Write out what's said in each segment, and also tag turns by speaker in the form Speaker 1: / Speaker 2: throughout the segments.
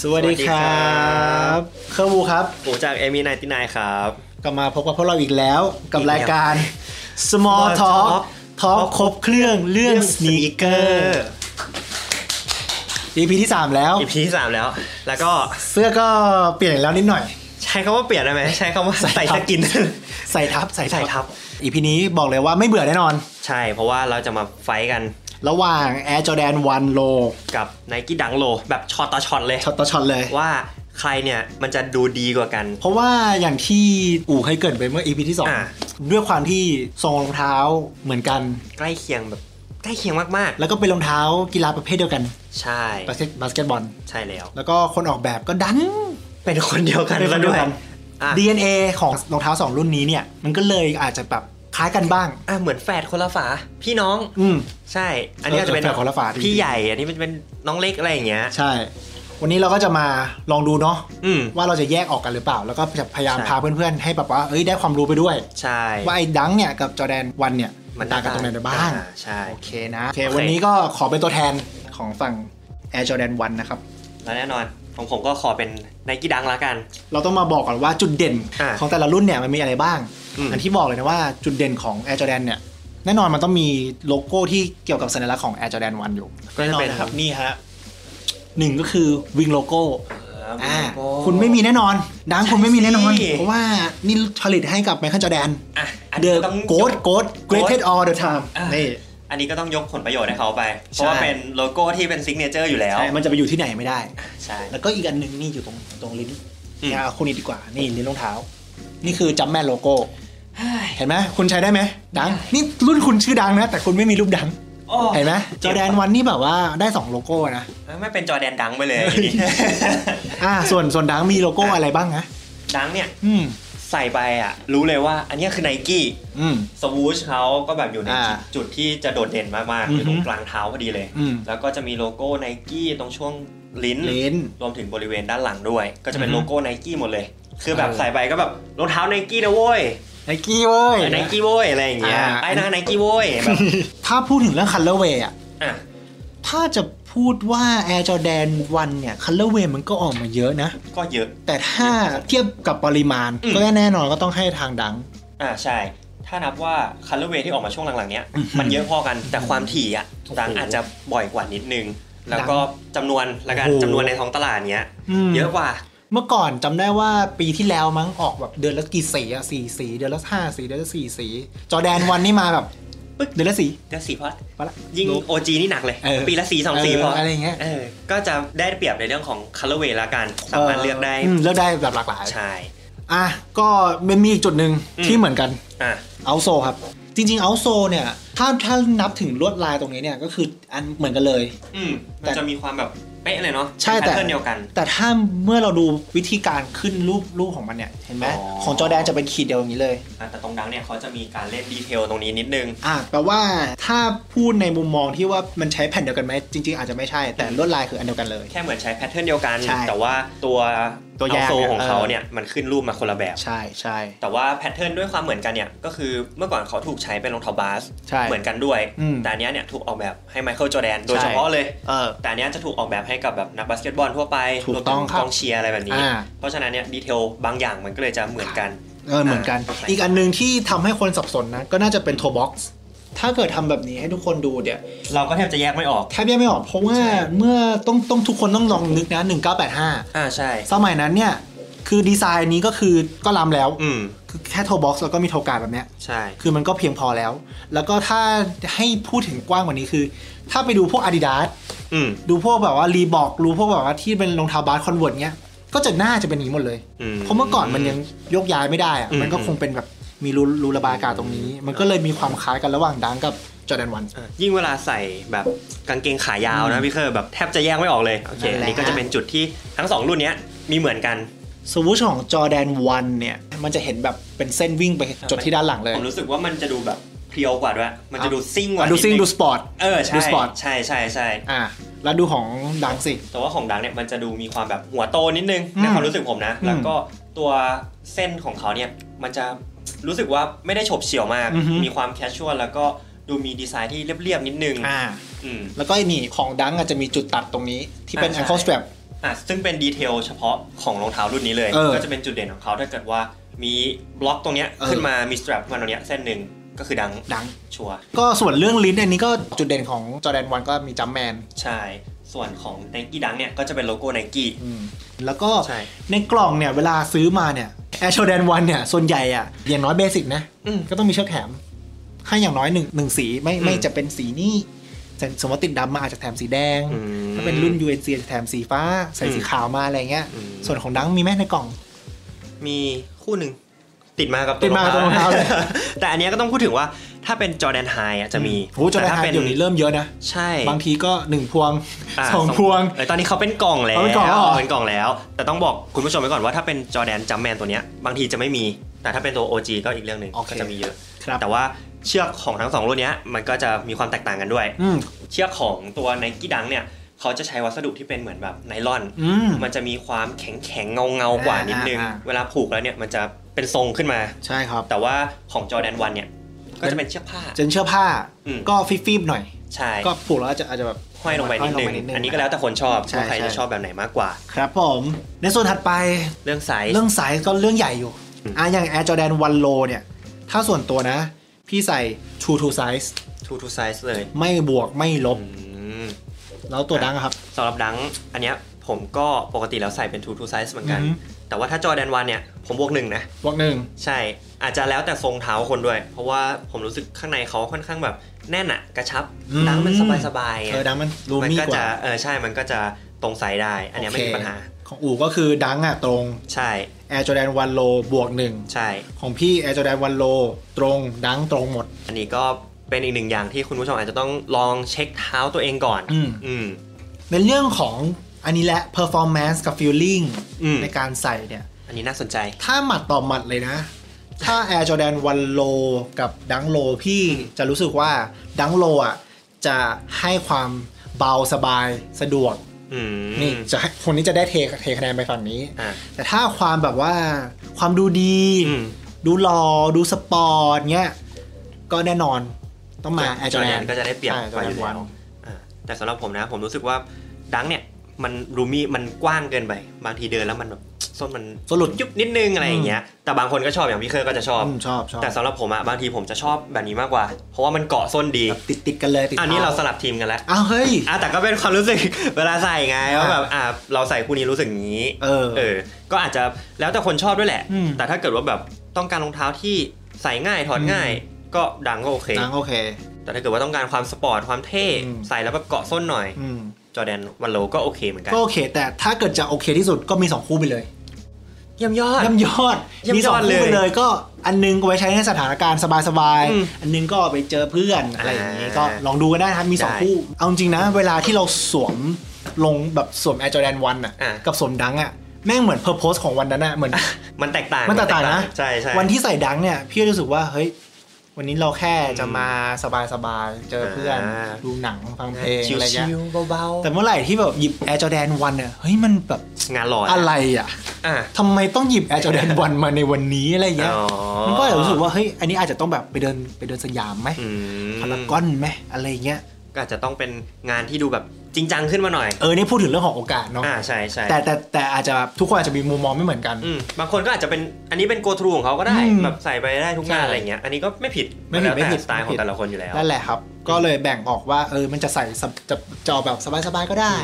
Speaker 1: สวัสดีครับ เครื่องบูครับ
Speaker 2: ผมจากเอมี่นตินายครับ
Speaker 1: กลับมาพบกับพวกเราอีกแล้วกับ
Speaker 2: อีกแล้ว
Speaker 1: รายการ Small
Speaker 2: Small
Speaker 1: Talk
Speaker 2: Talk
Speaker 1: ทอ l k ครบเครื่องเรื่องสน e เกอร์ EP ที่ 3 แล้ว
Speaker 2: EP ที่สามแล้ว แล้วก็
Speaker 1: เสื้อก็เปลี่ยนแล้วนิดหน่อย
Speaker 2: ใช้คำว่าเปลี่ยนได้ไหม ใช้คำว่า
Speaker 1: ใส่
Speaker 2: ใส่
Speaker 1: ทั
Speaker 2: ส
Speaker 1: บ
Speaker 2: กิน
Speaker 1: ใส่ ทับใส่
Speaker 2: ใส่ทับ
Speaker 1: อีพีนี้บอกเลยว่าไม่เบื่อแน่นอน
Speaker 2: ใช่ เพราะว่าเราจะมาไฟท์กัน
Speaker 1: ระหว่าง Air Jordan 1 Low
Speaker 2: กับไนกี้ดังโล แบบช็อตต่อช็อตเลย
Speaker 1: ช็อตต่อช็อตเลย
Speaker 2: ว่าใครเนี่ย มันจะดูดีกว่ากัน
Speaker 1: เพราะว่าอย่างที่อู่เคยเกริดไปเมื่อ EP ที่
Speaker 2: อ่า
Speaker 1: 2 ด้วยความที่ทรงรองเท้าเหมือนกัน
Speaker 2: ใกล้เคียงแบบ ใกล้เคียงมาก
Speaker 1: แล้วก็เป็นรองเท้ากีฬาประเภทเดียวกัน
Speaker 2: ๆ ใช่
Speaker 1: บาสเกตบาสเกตบอล
Speaker 2: ใช่แล้ว
Speaker 1: แล้วก็คนออกแบบก็ดัน
Speaker 2: เป็นคนเดียวกัน
Speaker 1: เป็นคนเดียวกัน
Speaker 2: อ่ะ
Speaker 1: DNA ของรองเท้าสองรุ่นนี้เนี่ย มันก็เลยอาจจะแบบคล้ายกันบ้าง
Speaker 2: อ่ะเหมือนแฝดคนละฝา พี่น้อง
Speaker 1: อืม
Speaker 2: ใช่ อันนี้อาจจะเป็น
Speaker 1: เออแฝดคนละฝาดี
Speaker 2: พี่ใหญ่ อันนี้มันเป็นน้องเล็กอะไรอย่างเงี้ย
Speaker 1: ใช่ วันนี้เราก็จะมาลองดูเนาะ
Speaker 2: อืม
Speaker 1: ว่าเราจะแยกออกกันหรือเปล่า แล้วก็จะพยายาม
Speaker 2: ใช่
Speaker 1: พาเพื่อนๆ ให้แบบว่าเอ้ยได้ความรู้ไปด้วย
Speaker 2: ใช่
Speaker 1: ว่าไอ้ดังเนี่ยกับจอแดนวันเนี่ยมันต่างกันตรงไหนได้บ้าง
Speaker 2: อ่ใช่
Speaker 1: โอเคนะโอเค
Speaker 2: โอเค
Speaker 1: วันนี้ก็ขอเป็นตัวแทนของฝั่ง Air Jordan 1 นะครับ
Speaker 2: แล้วแน่นอนของผมก็ขอเป็นไนกี้ดังละกัน
Speaker 1: เราต้องมาบอกก่อนว่าจุดเด่น
Speaker 2: อ่า
Speaker 1: ของแต่ละรุ่นเนี่ยมันมีอะไรบ้าง
Speaker 2: อืม
Speaker 1: นที่บอกเลยนะว่าจุดเด่นของ Air Jordan เนี่ยแน่นอนมันต้องมีโลโก้ที่เกี่ยวกับสัญลักษณ์ของ Air Jordan 1 อยู่
Speaker 2: ก็จะเป็น
Speaker 1: แหนึ่งก็คือวิงโลโก้อ่า
Speaker 2: โอ้
Speaker 1: คุณไม่มีแน่นอน ดังคุณไม่มีแน่นอน
Speaker 2: ใช่สิ
Speaker 1: เพราะว่านี่ผลิตให้กับไมเคิลจอแดน
Speaker 2: อ่ะอัน
Speaker 1: เด
Speaker 2: นี้
Speaker 1: อะ
Speaker 2: ต้อง
Speaker 1: โกดโกด greatest all the time
Speaker 2: อ่านี่
Speaker 1: นี่
Speaker 2: อันนี้ก็ต้องยกผลประโยชน์ให้เขาไป เพ
Speaker 1: ใช่
Speaker 2: ราะว่าเป็นโลโก้ที่เป็นซิกเนเจอร์อยู่แล้ว
Speaker 1: ใช่มันจะไปอยู่ที่ไหนไม่ได้
Speaker 2: ใช่
Speaker 1: แล้วก็อีกอันหนึ่งนี่อยู่ตรงตรงลิ้น
Speaker 2: อืม
Speaker 1: นะเอาคู่นี้ดีกว่า นี่ลิ้นรองเท้า นี่คือจัมแมนโลโก้ เห็นไหมคุณใช้ได้ไหมดัง นี่รุ่นคุณชื่อดังนะ แต่คุณไม่มีรูปดัง
Speaker 2: โอ้
Speaker 1: เห็นไหมจอแดนวันนี่แบบว่าได้ 2 โลโก้นะ
Speaker 2: ไม่เป็นจอแดนดังไปเลย
Speaker 1: อ่า ส่วนส่วนดังมีโลโก้อะไรบ้างนะ
Speaker 2: ดังเนี่ย
Speaker 1: อืม
Speaker 2: ใส่ไปอ่ะ รู้เลยว่า อันเนี้ยคือไนกี้
Speaker 1: อืม
Speaker 2: สวูชเขาก็แบบอยู่ใน
Speaker 1: อ่า
Speaker 2: จุดที่จะโดดเด่นมากๆ
Speaker 1: อือฮึ
Speaker 2: อยู่ตรงกลางเท้าพอดีเลย
Speaker 1: อืม
Speaker 2: แล้วก็จะมีโลโก้ไนกี้ตรงช่วงลิ้น
Speaker 1: เลน
Speaker 2: รวมถึงบริเวณด้านหลังด้วย ก็จะเป็น
Speaker 1: อือฮึ
Speaker 2: โลโก้ไนกี้หมดเลย คือแบบ
Speaker 1: เออ
Speaker 2: ใส่ไปก็แบบรองเท้าไนกี้นะโว้ย
Speaker 1: ไนกี้เว้ย
Speaker 2: ไนกี้โว้ยอะไรอย่างเงี้ย
Speaker 1: อ่า
Speaker 2: ไอ้นะไนกี้โว้ยแบบ
Speaker 1: ถ้าพูดถึงเรื่องคัลเลอร์เวย์อะ
Speaker 2: อ่ะ
Speaker 1: ถ้าจะพูดว่า Air Jordan 1 เนี่ยคัลเลอร์เวย์มันก็ออกมาเยอะนะ
Speaker 2: ก็เยอะ
Speaker 1: แต่ถ้าเทียบกับปริมาณ
Speaker 2: อืม
Speaker 1: ก็แน่นอนก็ต้องให้ทางดัง
Speaker 2: อ่ะใช่ ถ้านับว่าคัลเลอร์เวย์ที่ออกมาช่วงหลังๆเนี้ย
Speaker 1: อือฮึ
Speaker 2: มันเยอะพอกันแต่ความถี่อ่ะ
Speaker 1: โอ้โห
Speaker 2: ต่างอาจจะบ่อยกว่านิดนึง แล้วก็จำนวนละกัน
Speaker 1: โอ้โห
Speaker 2: จำนวนในท้องตลาดเนี้ย
Speaker 1: อืม
Speaker 2: เยอะกว่า
Speaker 1: เมื่อก่อนจำได้ว่าปีที่แล้วมั้งออกแบบเดือนละกี่สีอะสี่สี เดือนละห้าสี เดือนละสี่สี จอแดนวันนี่มาแบบปึ๊กเดือนละสี
Speaker 2: ก็สี่พอละ
Speaker 1: ไปละ
Speaker 2: ยิ่งโอจีนี่หนักเลย
Speaker 1: เออ
Speaker 2: ปีละสี่สองสี่พอ
Speaker 1: เอะไรย่างเงี้ย
Speaker 2: เออก็จะได้เปรียบในเรื่องของคัลเลอร์เวย์ละกันสามารถเลือกได้
Speaker 1: มเลือกได้แบบหลากหลาย
Speaker 2: ใช่
Speaker 1: อ่ะก็มันมีอีกจุดหนึ่ง
Speaker 2: อืม
Speaker 1: ที่เหมือนกัน
Speaker 2: อ่ะ
Speaker 1: เอาโซครับ จริงๆเอาโซเนี่ย ถ้าถ้านับถึงลวดลายตรงนี้เนี่ย ก็คืออันเหมือนกันเลย
Speaker 2: อืมมั
Speaker 1: แต่
Speaker 2: นจะมีความแบบเป๊ะเลยเนาะ
Speaker 1: ใช่แต่
Speaker 2: พทเทิร์นเดียวกัน
Speaker 1: แต่ถ้าเมื่อเราดูวิธีการขึ้นรูปรูปของมันเนี่ยเห็นไหม
Speaker 2: อ๋อ
Speaker 1: ของจอแดนจะเป็นขีดเดียวอย่างนี้เลย
Speaker 2: อ่ะแต่ตรงดังเนี่ยเขาจะมีการเล่นดีเทลตรงนี้นิดนึง
Speaker 1: อ่ะแปลว่าถ้าพูดในมุมมองที่ว่ามันใช้แผ่นเดียวกันไหมจริง ๆ อาจจะไม่ใช่แต่ลวดลายคืออันเดียวกันเลย
Speaker 2: แค่เหมือนใช้แพทเทิร์นเดียวกัน
Speaker 1: ใช่
Speaker 2: แต่ว่าตัว
Speaker 1: ตัวแยก
Speaker 2: โซ
Speaker 1: เนี่ย
Speaker 2: ของเขา
Speaker 1: เออ
Speaker 2: เนี่ยมันขึ้นรูปมาคนละแบบ
Speaker 1: ใช่ใช่
Speaker 2: แต่ว่าแพทเทิร์นด้วยความเหมือนกันเนี่ย ก็คือเมื่อก่อนเขาถูกใช้เป็นรองเท้าบาส
Speaker 1: ใช่
Speaker 2: เหมือนกันด้วย
Speaker 1: อืม
Speaker 2: แต่อันเนี้ยเนี่ยถูกออกแบบให้ไมเคิลจอแดนโดย
Speaker 1: ใช่
Speaker 2: เฉพาะเลย
Speaker 1: เออ
Speaker 2: แต่อันเนี้ยจะถูกออกแบบให้กับแบบนักบาสเกตบอลทั่วไป
Speaker 1: ถูกต้อง
Speaker 2: วม
Speaker 1: ครับ
Speaker 2: กองเชียร์อะไรแบบนี้
Speaker 1: อ่า
Speaker 2: เพราะฉะนั้นเนี่ยดีเทลบางอย่างมันก็เลยจะเหมือนกัน
Speaker 1: เออเหมือนกัน
Speaker 2: อ่า
Speaker 1: อีกอันหนึ่งที่ทำให้คนสับสนนะก็น่าจะเป็นโทบ็อกซ์ถ้าเกิดทำแบบนี้ให้ทุกคนดูเนี่ย
Speaker 2: เราก็แทบจะแยกไม่ออก
Speaker 1: แทบแยกไม่ออกเพราะว่า
Speaker 2: ใช่
Speaker 1: เมื่อต้องต้องทุกคนต้องลองนึกนะ
Speaker 2: อ่าใช่
Speaker 1: 1985 สมัยนั้นเนี่ยคือดีไซน์นี้ก็คือก็ล้ำแล้ว
Speaker 2: อืม
Speaker 1: คือแค่โทบ็อกซ์แล้วก็มีโทการดแบบเนี้ย
Speaker 2: ใช่
Speaker 1: คือมันก็เพียงพอแล้ว แล้วก็ถ้าให้พูดถึงกว้างกว่านี้คือ ถ้าไปดูพวก Adidas
Speaker 2: อืม
Speaker 1: ดูพวกแบบว่ารีบอกดูพวกแบบว่าที่เป็นรองเท้าบาสคอนเวิร์ตเงี้ย ก็จะน่าจะเป็นอย่างนี้หมดเลย
Speaker 2: อื
Speaker 1: เพราะเมื่อก่อนมันยังยกย้ายไม่ได้อะ
Speaker 2: อืม
Speaker 1: มันก็คงเป็นแบบมีรูรูระบายอากาศตรงนี้ มันก็เลยมีความคล้ายกันระหว่างดังกับจอแดนวัน
Speaker 2: อ่ะยิ่งเวลาใส่แบบกางเกงขายาวนะพี่เคอร์แบบแทบจะแยกไม่ออกเลยโอเค
Speaker 1: นั่นแหละ
Speaker 2: อันนี้ก็จะเป็นจุดที่ทั้งสองรุ่นเนี้ยมีเหมือนกัน
Speaker 1: สวูชของจอแดนวันเนี่ย มันจะเห็นแบบเป็นเส้นวิ่งไปจดที่ด้านหลังเลย
Speaker 2: ผมรู้สึกว่ามันจะดูแบบเพรียวกว่าด้วย มันจะดูซิ่งกว่า
Speaker 1: อ่ะดูซิ่ง
Speaker 2: นินึ
Speaker 1: ดูสปอร์ต
Speaker 2: เออใช่
Speaker 1: ดูสปอร์ต
Speaker 2: ใช่ใช่ใช่
Speaker 1: อ่ะแล้วดูของดังสิ
Speaker 2: แต่ว่าของดังเนี่ยมันจะดูมีความแบบหัวโตนิดนึง
Speaker 1: อืม
Speaker 2: ในความรู้สึกผมนะ
Speaker 1: อืม
Speaker 2: แล้วก็ตัวเส้นของเขาเนี่ยมันจะรู้สึกว่าไม่ได้ฉบเฉี่ยวมาก
Speaker 1: อือฮึ
Speaker 2: มีความแคชชวลแล้วก็ดูมีดีไซน์ที่เรียบๆนิดนึง
Speaker 1: อ่า
Speaker 2: อืม
Speaker 1: แล้วก็ไอ้นี่ของดังอาจจะมีจุดตัดตรงนี้ที่เป็น
Speaker 2: อ่าใช่
Speaker 1: ankle strap
Speaker 2: อ่ะซึ่งเป็นดีเทลเฉพาะของรองเท้ารุ่นนี้เลย
Speaker 1: เออ
Speaker 2: ก็จะเป็นจุดเด่นของเขาถ้าเกิดว่ามีบล็อกตรงเนี้ย
Speaker 1: เออ
Speaker 2: ขึ้นมามีสตรัปมาตรงเนี้ยเส้นหนึ่งก็คือดัง
Speaker 1: ดัง
Speaker 2: ชัวร์
Speaker 1: ก็ส่วนเรื่องลิ้นอันนี้ก็จุดเด่นของจอแดนวันก็มีจัมแมน
Speaker 2: ใช่ ส่วนของ n นกี้ดังเนี่ยก็จะเป็นโลโก้ n นกี้
Speaker 1: แล้วก็
Speaker 2: ใช่
Speaker 1: ในกล่องเนี่ย เวลาซื้อมาเนี่ยแอร์จอแดนวันเนี่ย ส่วนใหญ่อะอย่างน้อยเบสิกนะ
Speaker 2: อืม
Speaker 1: ก็ต้องมีเชือกแถม ให้อย่างน้อยหนึ่งหนึ่งสีไม่ไม่
Speaker 2: อืม
Speaker 1: จะเป็นสีนี้แต่สมมติติดดำมาอาจจะแถมสีแดง ถ้าเป็นรุ่น UNC จะแถมสีฟ้า ใส่สีขาวมาอะไรเงี้ย
Speaker 2: อืม
Speaker 1: ส่วนของดังมีไหมในกล่อง
Speaker 2: มีคู่หนึ่งติดมากับ
Speaker 1: ติดมากับตัวรองเท้าเลย
Speaker 2: แต่อันเนี้ยก็ต้องพูดถึงว่าถ้าเป็นจอแดนไฮอ่ะจะมี
Speaker 1: โอ้โหจอแดน
Speaker 2: ถ้า
Speaker 1: ไฮ
Speaker 2: เป็น
Speaker 1: เดี๋ยวนี้เริ่มเยอะนะ
Speaker 2: ใช่
Speaker 1: บางทีก็หนึ่งพวง
Speaker 2: ะ
Speaker 1: สองพวง
Speaker 2: เออตอนนี้เขาเป็นกล่องแล้ว
Speaker 1: เอาเป็นกล่องแล้วเหรอ
Speaker 2: เป็นกล่องแล้ว แต่ต้องบอกคุณผู้ชมไว้ก่อนว่าถ้าเป็นจอแดนจัมแมนตัวเนี้ยบางทีจะไม่มี แต่ถ้าเป็นตัว OG ก็อีกเรื่องหนึ่งก็จะมีเยอะ
Speaker 1: ครับ
Speaker 2: แต่ว่าเชือกของทั้งสองรุ่นเนี้ยมันก็จะมีความแตกต่างกันด้วย
Speaker 1: อืม
Speaker 2: เชือกของตัวไนกี้ดังเนี่ยเขาจะใช้วัสดุที่เป็นเหมือนแบบไนลอน
Speaker 1: อืม
Speaker 2: มันจะมีความแข็งแข็งเงาเงาๆกว่านิดนึง
Speaker 1: อ่าอ่า
Speaker 2: เวลาผูกแล้วเนี่ยมันจะเป็นทรงขึ้นมา
Speaker 1: ใช่ครับ
Speaker 2: แต่ว่าของจอแดนวันเนี่ยก็จะเป็นเชือกผ้า
Speaker 1: เจนเชื่อกผ้า
Speaker 2: อืม
Speaker 1: ก็ฟิบๆหน่อย
Speaker 2: ใช่
Speaker 1: ก็ผูกแล้วอาจจะอาจจะแบบ
Speaker 2: ห้อยลงไปนิดนึง
Speaker 1: ห้อยลงไปนิดนึง
Speaker 2: อันนี้ก็แล้วแต่คนชอบ
Speaker 1: ใช่
Speaker 2: ว่าใคร
Speaker 1: ใช่
Speaker 2: จะชอบแบบไหนมากกว่า
Speaker 1: ครับผมในส่วนถัดไป
Speaker 2: เรื่องไซส์
Speaker 1: เรื่องสายก็เรื่องใหญ่อยู่
Speaker 2: อืม
Speaker 1: อ่ะอย่าง Air Jordan 1 Low เนี่ย ถ้าส่วนตัวนะ พี่ใส่ True to Size
Speaker 2: two to size เลย
Speaker 1: ไม่บวกไม่ลบ
Speaker 2: อืม
Speaker 1: แล้วตัวดังอะครับ
Speaker 2: สำหรับดังอันเนี้ยผมก็ปกติแล้วใส่เป็น two to size เหมือนกัน
Speaker 1: อือหือ
Speaker 2: แต่ว่าถ้าจอแดนวันเนี่ยผมบวกหนึ่งนะ
Speaker 1: บวกหนึ่ง
Speaker 2: ใช่อาจจะแล้วแต่ทรงเท้าคนด้วย เพราะว่าผมรู้สึกข้างในเขาค่อนข้างแบบแน่นอะกระชับ
Speaker 1: อืม
Speaker 2: ดังมันสบายสบายๆ
Speaker 1: เออ
Speaker 2: อะ
Speaker 1: ดังมันรู
Speaker 2: มัน
Speaker 1: มี่
Speaker 2: ก็
Speaker 1: ก
Speaker 2: จะ
Speaker 1: ว่า
Speaker 2: เออใช่มันก็จะตรงไซส์ได้ อันเนี้ยไม่มีปัญหา
Speaker 1: ของอู๋ก็คือดังอ่ะตรง
Speaker 2: ใช่
Speaker 1: Air Jordan 1 Low บวกหนึ่ง
Speaker 2: ใช่
Speaker 1: ของพี่ Air Jordan 1 Low ตรงดังตรงหมด
Speaker 2: อันนี้ก็เป็นอีกหนึ่งอย่างที่คุณผู้ชมอาจจะต้องลองเช็คเท้าตัวเองก่อน
Speaker 1: อืม
Speaker 2: อืม
Speaker 1: ในเรื่องของอันนี้แหละ performance กับ feeling
Speaker 2: อืม
Speaker 1: ในการใส่เนี่ย
Speaker 2: อันนี้น่าสนใจ
Speaker 1: ถ้าหมัดต่อหมัดเลยนะ ถ้า Air Jordan 1 Low กับดังโลพี่จะรู้สึกว่าดังโลอ่ะ จะให้ความเบาสบายสะดวก
Speaker 2: อืม
Speaker 1: นี่จะให้คนนี้จะได้เทเทคะแนนไปฝั่งนี้
Speaker 2: อ่ะ
Speaker 1: แต่ถ้าความแบบว่าความดูดี
Speaker 2: อืม
Speaker 1: ดูหลอ่อดูสปอร์ตเงี้ย ก็แน่นอนต้องมา Air
Speaker 2: จอ
Speaker 1: Jordan
Speaker 2: แดนก็จะได้เปรียบ
Speaker 1: ใช่
Speaker 2: กว่าอยู่
Speaker 1: Jordan
Speaker 2: แล้วอ่ะแต่สำหรับผมนะ ผมรู้สึกว่าดังเนี่ย มันรูมี่มันกว้างเกินไปบางทีเดินแล้วมันแบบส้นมัน
Speaker 1: 1สรุป
Speaker 2: ยุบนิดนึงอะไรอย่างเงี้ย แต่บางคนก็ชอบอย่างพี่เคยก็จะชอบ
Speaker 1: อืมชอบชอบ
Speaker 2: แต่สำหรับผมอะบางทีผมจะชอบแบบนี้มากกว่า เพราะว่ามันเกาะส้นดี
Speaker 1: ติดติดๆกันเลยติด
Speaker 2: อันนี้เรา
Speaker 1: ท้
Speaker 2: สลับทีมกันแล้ว
Speaker 1: อ้าวเฮ้ย
Speaker 2: อ่ะแต่ก็เป็นความรู้สึก เวลาใส่ไงว่าแบบอ่ะเราใส่คู่นี้รู้สึกงี้
Speaker 1: เออ
Speaker 2: เออ ก็อาจจะแล้วแต่คนชอบด้วยแหละ
Speaker 1: อืม
Speaker 2: แต่ถ้าเกิดว่าแบบต้องการรองเท้าที่ใส่ง่ายถอดง่าย ก็ดังก็โอเค
Speaker 1: ดังโอเค
Speaker 2: แต่ถ้าเกิดว่าต้องการความสปอร์ตความเท่
Speaker 1: อืม
Speaker 2: ใส่แล้วแบบเกาะส้นหน่อย
Speaker 1: อืม
Speaker 2: จอแดนวันโลก็โอเคเหมือนกัน
Speaker 1: ก็โอเค แต่ถ้าเกิดจะโอเคที่สุดก็มี 2 คู่ไปเลย
Speaker 2: เยี่ยมยอด
Speaker 1: ย่ำยอด
Speaker 2: เยี่ยม
Speaker 1: มี
Speaker 2: ย
Speaker 1: สอคู่
Speaker 2: อง ด
Speaker 1: ไป
Speaker 2: เลย
Speaker 1: เลยก็อันนึงก็ไว้ใช้ในสถานการณ์สบาย
Speaker 2: อืม
Speaker 1: ๆ อันนึงก็ไปเจอเพื่อนอะไรอย่างนี้
Speaker 2: อ่า
Speaker 1: ก็ลองดูกันได้นะครับมี
Speaker 2: ได้
Speaker 1: 2 คู่ เอาจริงๆนะ เวลาที่เราสวมลงแบบสวม Air Jordan 1อ่ะ
Speaker 2: อ่ะ
Speaker 1: กับสวมดังอ่ะแม่งเหมือนเพอร์โพสของวันนั้นอ่ะเหมือน
Speaker 2: มันแตกต่าง
Speaker 1: มันแตกต่างนะ
Speaker 2: ใช่ใช่
Speaker 1: วันที่ใส่ดังเนี่ยพี่รู้สึกว่าเฮ้ยวันนี้เราแค่จะ
Speaker 2: อืม
Speaker 1: มาสบายๆ เจอเพื่อน
Speaker 2: อ่า
Speaker 1: ดูหนังฟังเพลงอะไรเงี้ย
Speaker 2: ชิวๆเบาๆ
Speaker 1: แต่เมื่อไหร่ที่แบบหยิบ Air Jordan 1เนี่ยเฮ้ยมันแบบ
Speaker 2: งานหล่ออะ
Speaker 1: อะไรอ่ะ
Speaker 2: อ่ะ
Speaker 1: ทำไมต้องหยิบ Air Jordan 1 มาในวันนี้อะไรอย่างเงี้ย
Speaker 2: อ๋อ
Speaker 1: มันก็เลยรู้สึกว่าเฮ้ย อันนี้อาจจะต้องแบบไปเดินไปเดินสยามไหม
Speaker 2: อืม
Speaker 1: พารากอนไหมอะไรอย่างเงี้ย
Speaker 2: ก็อาจจะต้องเป็นงานที่ดูแบบจริงจังขึ้นมาหน่อย
Speaker 1: เออ นี่พูดถึงเรื่องของโอกาสเนาะ
Speaker 2: อ่าใช่ใช่
Speaker 1: แต่แต่แต่อาจจะทุกคนอาจจะมีมุมมองไม่เหมือนกัน
Speaker 2: อืมบางคนก็อาจจะเป็นอันนี้เป็นโกทรูของเขาก็ได้
Speaker 1: อืม
Speaker 2: แบบใส่ไปได้ทุกงาน
Speaker 1: ใช่
Speaker 2: อะไรเงี้ย อันนี้ก็ไม่ผิด
Speaker 1: ไม่ผิด
Speaker 2: แล้วแต่
Speaker 1: ไม่ผิด
Speaker 2: สไตล์ขอ
Speaker 1: ไม่ผิ
Speaker 2: ง
Speaker 1: ด
Speaker 2: แต่ละคนอยู่แล้ว
Speaker 1: นั่นแหละครับ ก็เลยแบ่งออกว่าเออ มันจะใส่สบจะจะออกแบบสบายๆก็ได้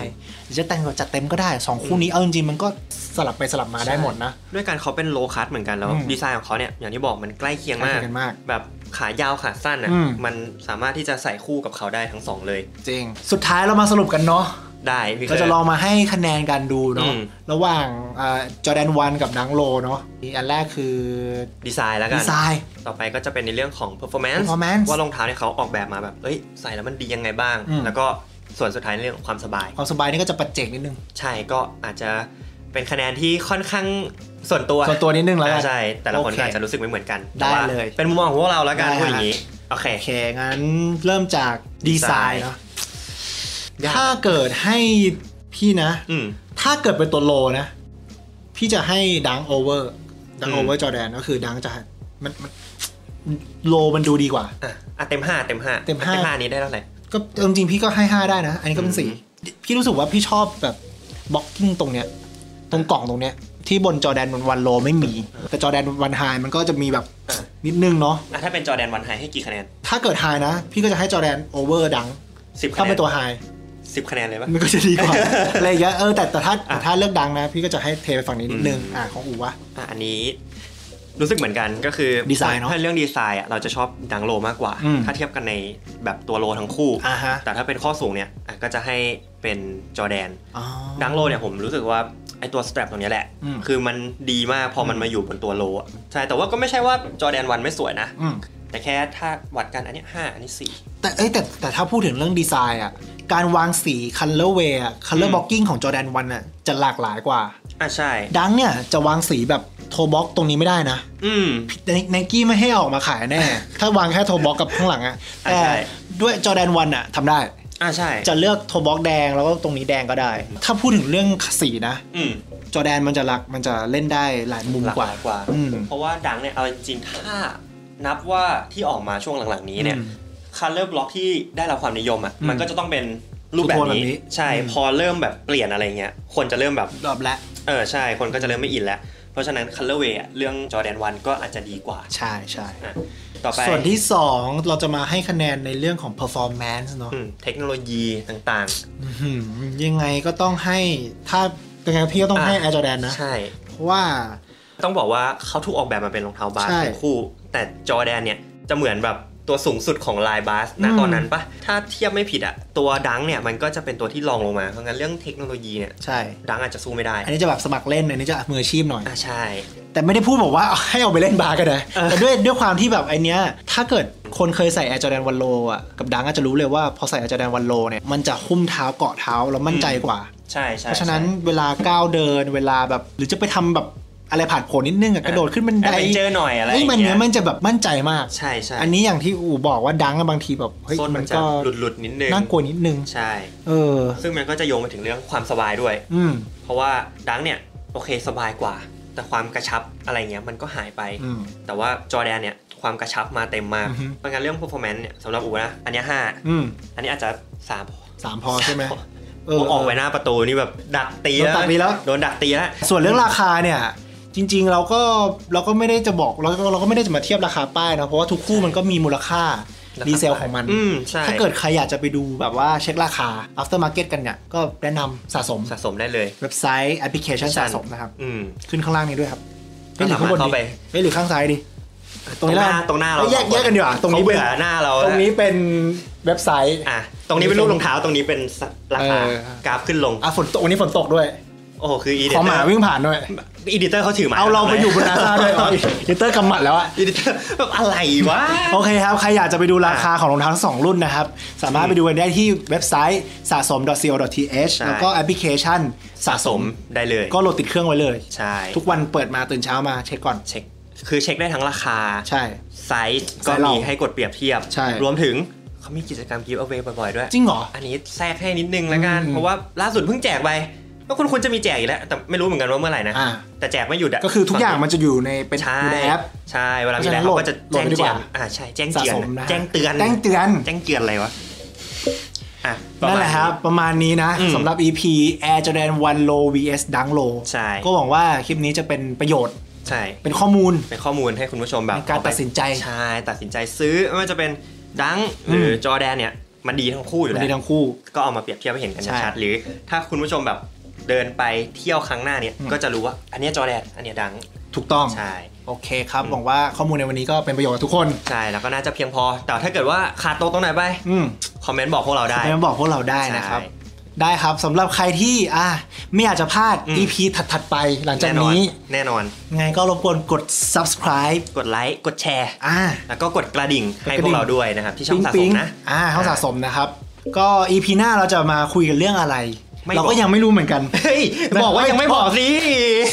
Speaker 1: หรือจะแต่งแบบจัดเต็มก็ได้สองคู่นี้เอาจริงๆมันก็สลับไปสลับมาได้หมดนะ
Speaker 2: ด้วยการเขาเป็นโลคัสเหมือนกันแล้ว
Speaker 1: อืม
Speaker 2: ดีไซน์ของเขาเนี่ยอย่างที่บอกมันใกล้เคียง
Speaker 1: ใกล้
Speaker 2: มา
Speaker 1: เคี
Speaker 2: ก
Speaker 1: ยงกันมาก
Speaker 2: แบบขายาวขาสั้นอ่ะ
Speaker 1: อืม
Speaker 2: มันสามารถที่จะใส่คู่กับเขาได้ทั้งสองเลย
Speaker 1: จริง สุดท้ายเรามาสรุปกันเนาะ
Speaker 2: ได้พี่เค
Speaker 1: ก็จะลองมาให้คะแนนกันดูเนาะ
Speaker 2: อืม
Speaker 1: ระหว่างจอแดนวันกับดังโลเนาะอันแรกคือ
Speaker 2: ดีไซน์แล้วกั
Speaker 1: ดี
Speaker 2: น
Speaker 1: ไซน์
Speaker 2: ต่อไปก็จะเป็นในเรื่องของ performance
Speaker 1: performance
Speaker 2: ว่ารองเท้าเนี่ยเขาออกแบบมาแบบ เอ้ย ใส่แล้วมันดียังไงบ้าง
Speaker 1: อืม
Speaker 2: แล้วก็ส่วนสุดท้ายในเรื่องของความสบาย
Speaker 1: ความสบายนี่ก็จะปัจเจกนิดนึง
Speaker 2: ใช่ ก็อาจจะเป็นคะแนนที่ค่อนข้างส่วนตัว
Speaker 1: ส่วนตัวนิดนึงแล้วกัน
Speaker 2: อ่าใช่ แต่ละคน
Speaker 1: โอเค
Speaker 2: ก็อาจจะรู้สึกไม่เหมือนกัน
Speaker 1: ได้
Speaker 2: แต่ว่า
Speaker 1: เลย
Speaker 2: เป็นมุมมองของพวกเราแล้วกัน
Speaker 1: ได้
Speaker 2: พูดอย่างนี้ โอเค
Speaker 1: โอเค งั้นเริ่มจากดีไซน์เนาะ
Speaker 2: ยาก
Speaker 1: ถ้าเกิดให้พี่นะ
Speaker 2: อืม
Speaker 1: ถ้าเกิดเป็นตัวโลนะ พี่จะให้ดังโอเวอร์ ดัง
Speaker 2: อืม
Speaker 1: โอเวอร์จอแดนก็คือดังจะมันมันโลมันดูดีกว่า
Speaker 2: อ่ะอ่ะเต็มห้าเต็มห้า
Speaker 1: เต็มห้า
Speaker 2: เต็มห้านี้ได้เท่าไหร่
Speaker 1: ก็จริงๆพี่ก็ให้ห้าได้นะ อันนี้ก็เป็น
Speaker 2: อืม
Speaker 1: สี่พี่รู้สึกว่าพี่ชอบแบบ บล็อกกิ้งตรงเนี้ยตรงกล่องตรงเนี้ยที่บนจอแดนวันโลไม่มี แต่จอแดนวันไฮมันก็จะมีแบบ
Speaker 2: เออ
Speaker 1: นิดนึงเนาะ
Speaker 2: อ่ะถ้าเป็นจอร์แดนวันไฮให้กี่คะแนน
Speaker 1: ถ้าเกิดไฮนะ พี่ก็จะให้จอแดนโอเวอร์ดัง
Speaker 2: สิบคะ
Speaker 1: ถ้า
Speaker 2: แน
Speaker 1: เป็น
Speaker 2: น
Speaker 1: ตัวไฮ
Speaker 2: สิบคะแนนเลยปะ
Speaker 1: มันก็จะดีก ว่า อะไรอย่างเงี้ยเออแต่แต่ถ้า
Speaker 2: อ่ะ
Speaker 1: แต่ถ้าเลือกดังนะ พี่ก็จะให้เทไปฝั่งนี้นิดนึง
Speaker 2: อืม
Speaker 1: อ่ะของอูวะ
Speaker 2: อ่ะอันนี้รู้สึกเหมือนกันก็คือ
Speaker 1: ดีไซน์เนอะ
Speaker 2: ถ้าเรื่องดีไซน์อ่ะเราจะชอบดังโลมากกว่า
Speaker 1: อืม
Speaker 2: ถ้าเทียบกันในแบบตัวโลทั้งคู่
Speaker 1: อ่าฮะ
Speaker 2: แต่ถ้าเป็นข้อสูงเนี่ยอ่ะก็จะให้เป็นจอร์แดน
Speaker 1: อ๋อ
Speaker 2: ดังโลเนี่ยผมรู้สึกว่าไอตัวสแตรปตรงเนี้ยแหละ
Speaker 1: อืม
Speaker 2: คือมันดีมากพอมันมาอยู่บนตัวโลอะใช่แต่ว่าก็ไม่ใช่ว่าจอร์แดนวันไม่สวยนะ
Speaker 1: อืม
Speaker 2: แต่แค่ถ้าวัดกันอันเนี้ยห้าอันนี้สี่
Speaker 1: แต่เอ้ยแต่แต่ถ้าพูดถึงเรื่องดีไซน์อ่ะ การวางสี color way อ่ะ color
Speaker 2: อืม
Speaker 1: blocking ของจอแดนวันอ่ะ จะหลากหลายกว่า
Speaker 2: อ่ะใช่
Speaker 1: ดังเนี่ย จะวางสีแบบโทบ็อกตรงนี้ไม่ได้นะ
Speaker 2: อืม
Speaker 1: ไนกี้ไม่ให้ออกมาขายแน่ ถ้าวางแค่โทบ็อกกับข้างหลังอ่ะ
Speaker 2: อ่ะ
Speaker 1: แต่
Speaker 2: ใช่
Speaker 1: ด้วยจอแดนวันอ่ะทำได้
Speaker 2: อ่ะใช่
Speaker 1: จะเลือกโทบ็อกแดงแล้วก็ตรงนี้แดงก็ได้ ถ้าพูดถึงเรื่องสีนะ
Speaker 2: อืม
Speaker 1: จอแดนมันจะรักมันจะเล่นได้หลายมุม
Speaker 2: หลาก
Speaker 1: ก
Speaker 2: ห
Speaker 1: ว่า
Speaker 2: ลายกว่า
Speaker 1: อืม
Speaker 2: เพราะว่าดังเนี่ยเอาจริงๆถ้านับว่าที่ออกมาช่วงหลังๆนี้เนี่ย
Speaker 1: อืม
Speaker 2: คัลเลอร์บล็อกที่ได้รับความนิยมอ่ะ
Speaker 1: อืม
Speaker 2: มันก็จะต้องเป็นรูปแบบ
Speaker 1: โทนๆแบบ
Speaker 2: นี้
Speaker 1: นี้
Speaker 2: ใช่
Speaker 1: อืม
Speaker 2: พอเริ่มแบบเปลี่ยนอะไรเงี้ยคนจะเริ่มแบบ
Speaker 1: รอบละ
Speaker 2: เออใช่คนก็จะเริ่มไม่อินแล้ว เพราะฉะนั้นคัลเลอร์เวย์เรื่องจอแดนวันก็อาจจะดีกว่า
Speaker 1: ใช่ใช่
Speaker 2: ต่อไป
Speaker 1: ส่วนที่ 2 เราจะมาให้คะแนนในเรื่องของ performance เนอะ
Speaker 2: อืมเทคโนโลยีต่าง
Speaker 1: อื้อหือยังไงก็ต้องให้ถ้ายังไงพี่ก็ต้องให้แอร์จอแดนนะ
Speaker 2: ๆ ใช่
Speaker 1: เพราะว่า
Speaker 2: ต้องบอกว่าเขาถูกออกแบบมาเป็นรองเท้าบาส
Speaker 1: ใช่
Speaker 2: ทั้งคู่ แต่จอร์แดนเนี่ยจะเหมือนแบบตัวสูงสุดของลายบาสนะ
Speaker 1: อืม
Speaker 2: ตอนนั้นปะถ้าเทียบไม่ผิดอะตัวดังเนี่ยมันก็จะเป็นตัวที่รองลงมา เพราะงั้นเรื่องเทคโนโลยีเนี่ย
Speaker 1: ใช่
Speaker 2: ดังอาจจะสู้ไม่ได้
Speaker 1: อันนี้จะแบบสมัครเล่นอันนี้จะมืออาชีพหน่อย
Speaker 2: อ่ะใช่
Speaker 1: แต่ไม่ได้พูดบอกว่า ให้เอาไปเล่นบาร์กันนะ
Speaker 2: เออ
Speaker 1: แต่ด้วยด้วยความที่แบบไอเนี้ยถ้าเกิดคนเคยใส่แอร์จอแดนวันโลอ่ะกับดังอาจจะรู้เลยว่าพอใส่แอร์จอแดนวันโลเนี่ยมันจะหุ้มเท้าเกาะเท้าแล้วมั่นใจกว่า
Speaker 2: ใช่ใช่
Speaker 1: เพราะฉะนั้นเวลาก้าวเดินเวลาแบบหรือจะไปทำแบบอะไรผ่านโผลนิดนึงอะกระโดดขึ้นบัน
Speaker 2: แอ
Speaker 1: ได
Speaker 2: ดเวนเจอร์หน่อยอะไรอ
Speaker 1: เฮ้ย
Speaker 2: ย่าง
Speaker 1: มัน
Speaker 2: เงี้
Speaker 1: เนี้ยมันจะแบบมั่นใจมาก
Speaker 2: ใช่ใช่
Speaker 1: อันนี้อย่างที่อูบอกว่าดังอะบางทีแบบเฮ้ย
Speaker 2: ส้น
Speaker 1: มั
Speaker 2: มัน นจะ
Speaker 1: ก็
Speaker 2: หลุดๆนิดนึง
Speaker 1: น่ากลัวนิดนึง
Speaker 2: ใช่
Speaker 1: เออ
Speaker 2: ซึ่งมันก็จะโยงไปถึงเรื่องความสบายด้วย
Speaker 1: อืม
Speaker 2: เพราะว่าดังเนี่ยโอเคสบายกว่า แต่ความกระชับอะไรเงี้ยมันก็หายไป
Speaker 1: อืม
Speaker 2: แต่ว่าจอร์แดนเนี่ย ความกระชับมาเต็มมาก
Speaker 1: อือฮึ
Speaker 2: เพราะงั้นเรื่อง performance เนี่ยสำหรับอูนะ อันเนี้ยห้า
Speaker 1: อืม
Speaker 2: อันนี้อาจจะสาม
Speaker 1: สามพอใช่ไหมเ
Speaker 2: ผมออกไว้หน้าประตูนี่แบบดักตีแล้ว
Speaker 1: โดนดักตีแล้ว
Speaker 2: โดนดักตีแล้ว
Speaker 1: ส่วนเรื่องราคาเนี่ย จริง ๆ เราก็เราก็ไม่ได้จะบอกเราเราก็ไม่ได้จะมาเทียบราคาป้ายนะเพราะว่าทุกคู่มันก็มีมูลค่าดีเซลของมัน
Speaker 2: อืมใช่
Speaker 1: ถ้าเกิดใครอยากจะไปดูแบบว่าเช็คราคา after market กันเนี่ย ก็แนะนำสะสม
Speaker 2: สะสมได้เลย
Speaker 1: เว็บไซต์แอปพลิเคชัน
Speaker 2: ใช่
Speaker 1: สะสมนะครับ
Speaker 2: อืม
Speaker 1: ขึ้นข้างล่างนี้ด้วยครับเฮ้ยหรือ
Speaker 2: ก็
Speaker 1: ข้างบ
Speaker 2: สามารถ
Speaker 1: นดี
Speaker 2: เข้าไป
Speaker 1: เฮ้ยหรือข้างซ้ายดีตรงนี้
Speaker 2: หน้า
Speaker 1: ละ
Speaker 2: ตรงหน้าเรา
Speaker 1: แยกแยกกันดีกว่าตรงนี้
Speaker 2: เขา
Speaker 1: เป็น
Speaker 2: เบื่อหน้าเรา
Speaker 1: ตรงนี้เป็นเว็บไซต์
Speaker 2: อ่ะตรงนี้เป็นรูปรองเท้าตรงนี้เป็นราคา
Speaker 1: เออ
Speaker 2: กราฟขึ้นลง
Speaker 1: อ่ะฝนตกวันนี้ฝนตกด้วย
Speaker 2: โอ้โหคืออีดิ
Speaker 1: ข
Speaker 2: เต
Speaker 1: อ
Speaker 2: อง
Speaker 1: หมา
Speaker 2: ร์
Speaker 1: วิ่งผ่านด้วย
Speaker 2: อีดิเตอร์เขาถือหมา
Speaker 1: เอาเราไปอยู่บนนาซาด้วยตอนนี้ลิเตอร์กำหมัดแล้วอะ
Speaker 2: อีดิเตอร์แบบอะไรวะ
Speaker 1: โอเคครับ ใครอยากจะไปดูราคาของรองเท้าทั้งสองรุ่นนะครับ สามารถไปดูกันได้ที่เว็บไซต์สะสม .co.th
Speaker 2: ใช่
Speaker 1: แล้วก็แอปพลิเคชันสะส
Speaker 2: ส
Speaker 1: ม
Speaker 2: มได้เลย
Speaker 1: ก็โหลดติดเครื่องไว้เลย
Speaker 2: ใช่
Speaker 1: ทุกวันเปิดมาตื่นเช้ามาเช็คก่อน
Speaker 2: เช็คคือเช็คได้ทั้งราคา
Speaker 1: ใช่
Speaker 2: ไซส์ก็
Speaker 1: ไซส์เรา
Speaker 2: มีให้กดเปรียบเทียบ
Speaker 1: ใช่
Speaker 2: รวมถึงเขามีกิจกรรม give away บ่อยๆด้วย
Speaker 1: จริงเหรอ
Speaker 2: อันนี้แทรกให้นิดนึงแล้วกัน
Speaker 1: อืม
Speaker 2: เพราะว่าล่าสุดเพิ่งแจกไปก็คุณคุณจะมีแจกอีกแล้ว แต่ไม่รู้เหมือนกันว่าเมื่อไหร่นะ
Speaker 1: อ่า
Speaker 2: แต่แจกไม่หยุดอะ
Speaker 1: ก็คือทุกอย่างมันจะอยู่ในเป็น
Speaker 2: ใช่
Speaker 1: อยู่ในแอป
Speaker 2: ใช่ เวลามี
Speaker 1: เพราะฉะ
Speaker 2: แล้
Speaker 1: นั้
Speaker 2: วน เขาก็จะ
Speaker 1: โหล
Speaker 2: แจ้
Speaker 1: ด
Speaker 2: ง
Speaker 1: โหลดไปดีก
Speaker 2: เตือน
Speaker 1: ว่า
Speaker 2: อ่าใช่แจ้ง
Speaker 1: สะ
Speaker 2: เตือน
Speaker 1: สมนะ
Speaker 2: แจ้งเตือน
Speaker 1: แจ้งเตือน
Speaker 2: แจ้งเตือนอะไรวะอ่ะปมาณ
Speaker 1: นั่นแหละครับ ประมาณนี้นะ
Speaker 2: อืม
Speaker 1: สำหรับ EP Air Jordan 1 Low vs Dunk Low
Speaker 2: ใช่
Speaker 1: ก็หวังว่าคลิปนี้จะเป็นประโยชน์
Speaker 2: ใช่
Speaker 1: เป็นข้อมูล
Speaker 2: เป็นข้อมูลให้คุณผู้ชมแบ
Speaker 1: ใน
Speaker 2: บ
Speaker 1: การ
Speaker 2: เอไป
Speaker 1: ตัดสินใจ
Speaker 2: ใช่ตัดสินใจซื้อไม่ว่าจะเป็นดังหรืออจอร์แดนเนี่ยมันดีทั้งคู่อยู่
Speaker 1: มั
Speaker 2: แล้
Speaker 1: น
Speaker 2: ว
Speaker 1: ดีทั้งคู่
Speaker 2: ก็เอามาเปรียบเทียบให้เห็นกัน
Speaker 1: ใช่
Speaker 2: ชัดๆหรือถ้าคุณผู้ชมแบบเดินไปเที่ยวครั้งหน้าเนี่ย
Speaker 1: อืม
Speaker 2: ก็จะรู้ว่าอันเนี้ยจอแดนอันเนี้ยดัง
Speaker 1: ถูกต้อง
Speaker 2: ใช่
Speaker 1: โอเคครับ หวังว่าข้อมูลในวันนี้ก็เป็นประโยชน์กับทุกคน
Speaker 2: ใช่ แล้วก็น่าจะเพียงพอ แต่ถ้าเกิดว่าขาดตกตรงไหนไป
Speaker 1: อืม
Speaker 2: คอมเมนต์บอกพวกเราได้
Speaker 1: ให้มาบอกพวกเราได้นะครับ
Speaker 2: ใช่
Speaker 1: ได้ครับสำหรับใครที่อ่ะไม่อยากจะพลาด
Speaker 2: อืม
Speaker 1: EP ถัด ๆ ไปหลังจาก
Speaker 2: แน่นอน
Speaker 1: นี้
Speaker 2: แน่นอน
Speaker 1: ไงก็รบกวนกด subscribe
Speaker 2: กดไลค์ กดแชร์
Speaker 1: อ่า
Speaker 2: แล้วก็กดกระดิ่งให้
Speaker 1: กดกระดิ่ง
Speaker 2: พวกเราด้วยนะครับ ที่ช่องสะสมนะ
Speaker 1: อ่าห้องสะสมนะครับ ก็ EP หน้าเราจะมาคุยกันเรื่องอะไร
Speaker 2: ไม่
Speaker 1: เรา
Speaker 2: บ
Speaker 1: ก็
Speaker 2: อก
Speaker 1: ยังไม่รู้เหมือนกัน
Speaker 2: เฮ้ย บอกว่ายังไม่บอกสิ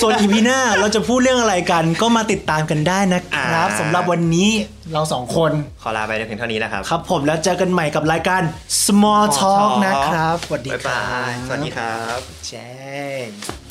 Speaker 1: ส่วน EP หน้าเราจะพูดเรื่องอะไรกัน ก็มาติดตามกันได้นะครับ
Speaker 2: อ่า
Speaker 1: สำหรับวันนี้เราสองคน
Speaker 2: ขอลาไปเพียงเท่านี้นะครับ
Speaker 1: ครับผมแล้วเจอกันใหม่กับรายการ Small Talk
Speaker 2: Small Talk
Speaker 1: นะครับ สวัสดี
Speaker 2: บ๊าย
Speaker 1: ครับ
Speaker 2: า
Speaker 1: บ
Speaker 2: ย สวัสดีครับ
Speaker 1: แจ้ง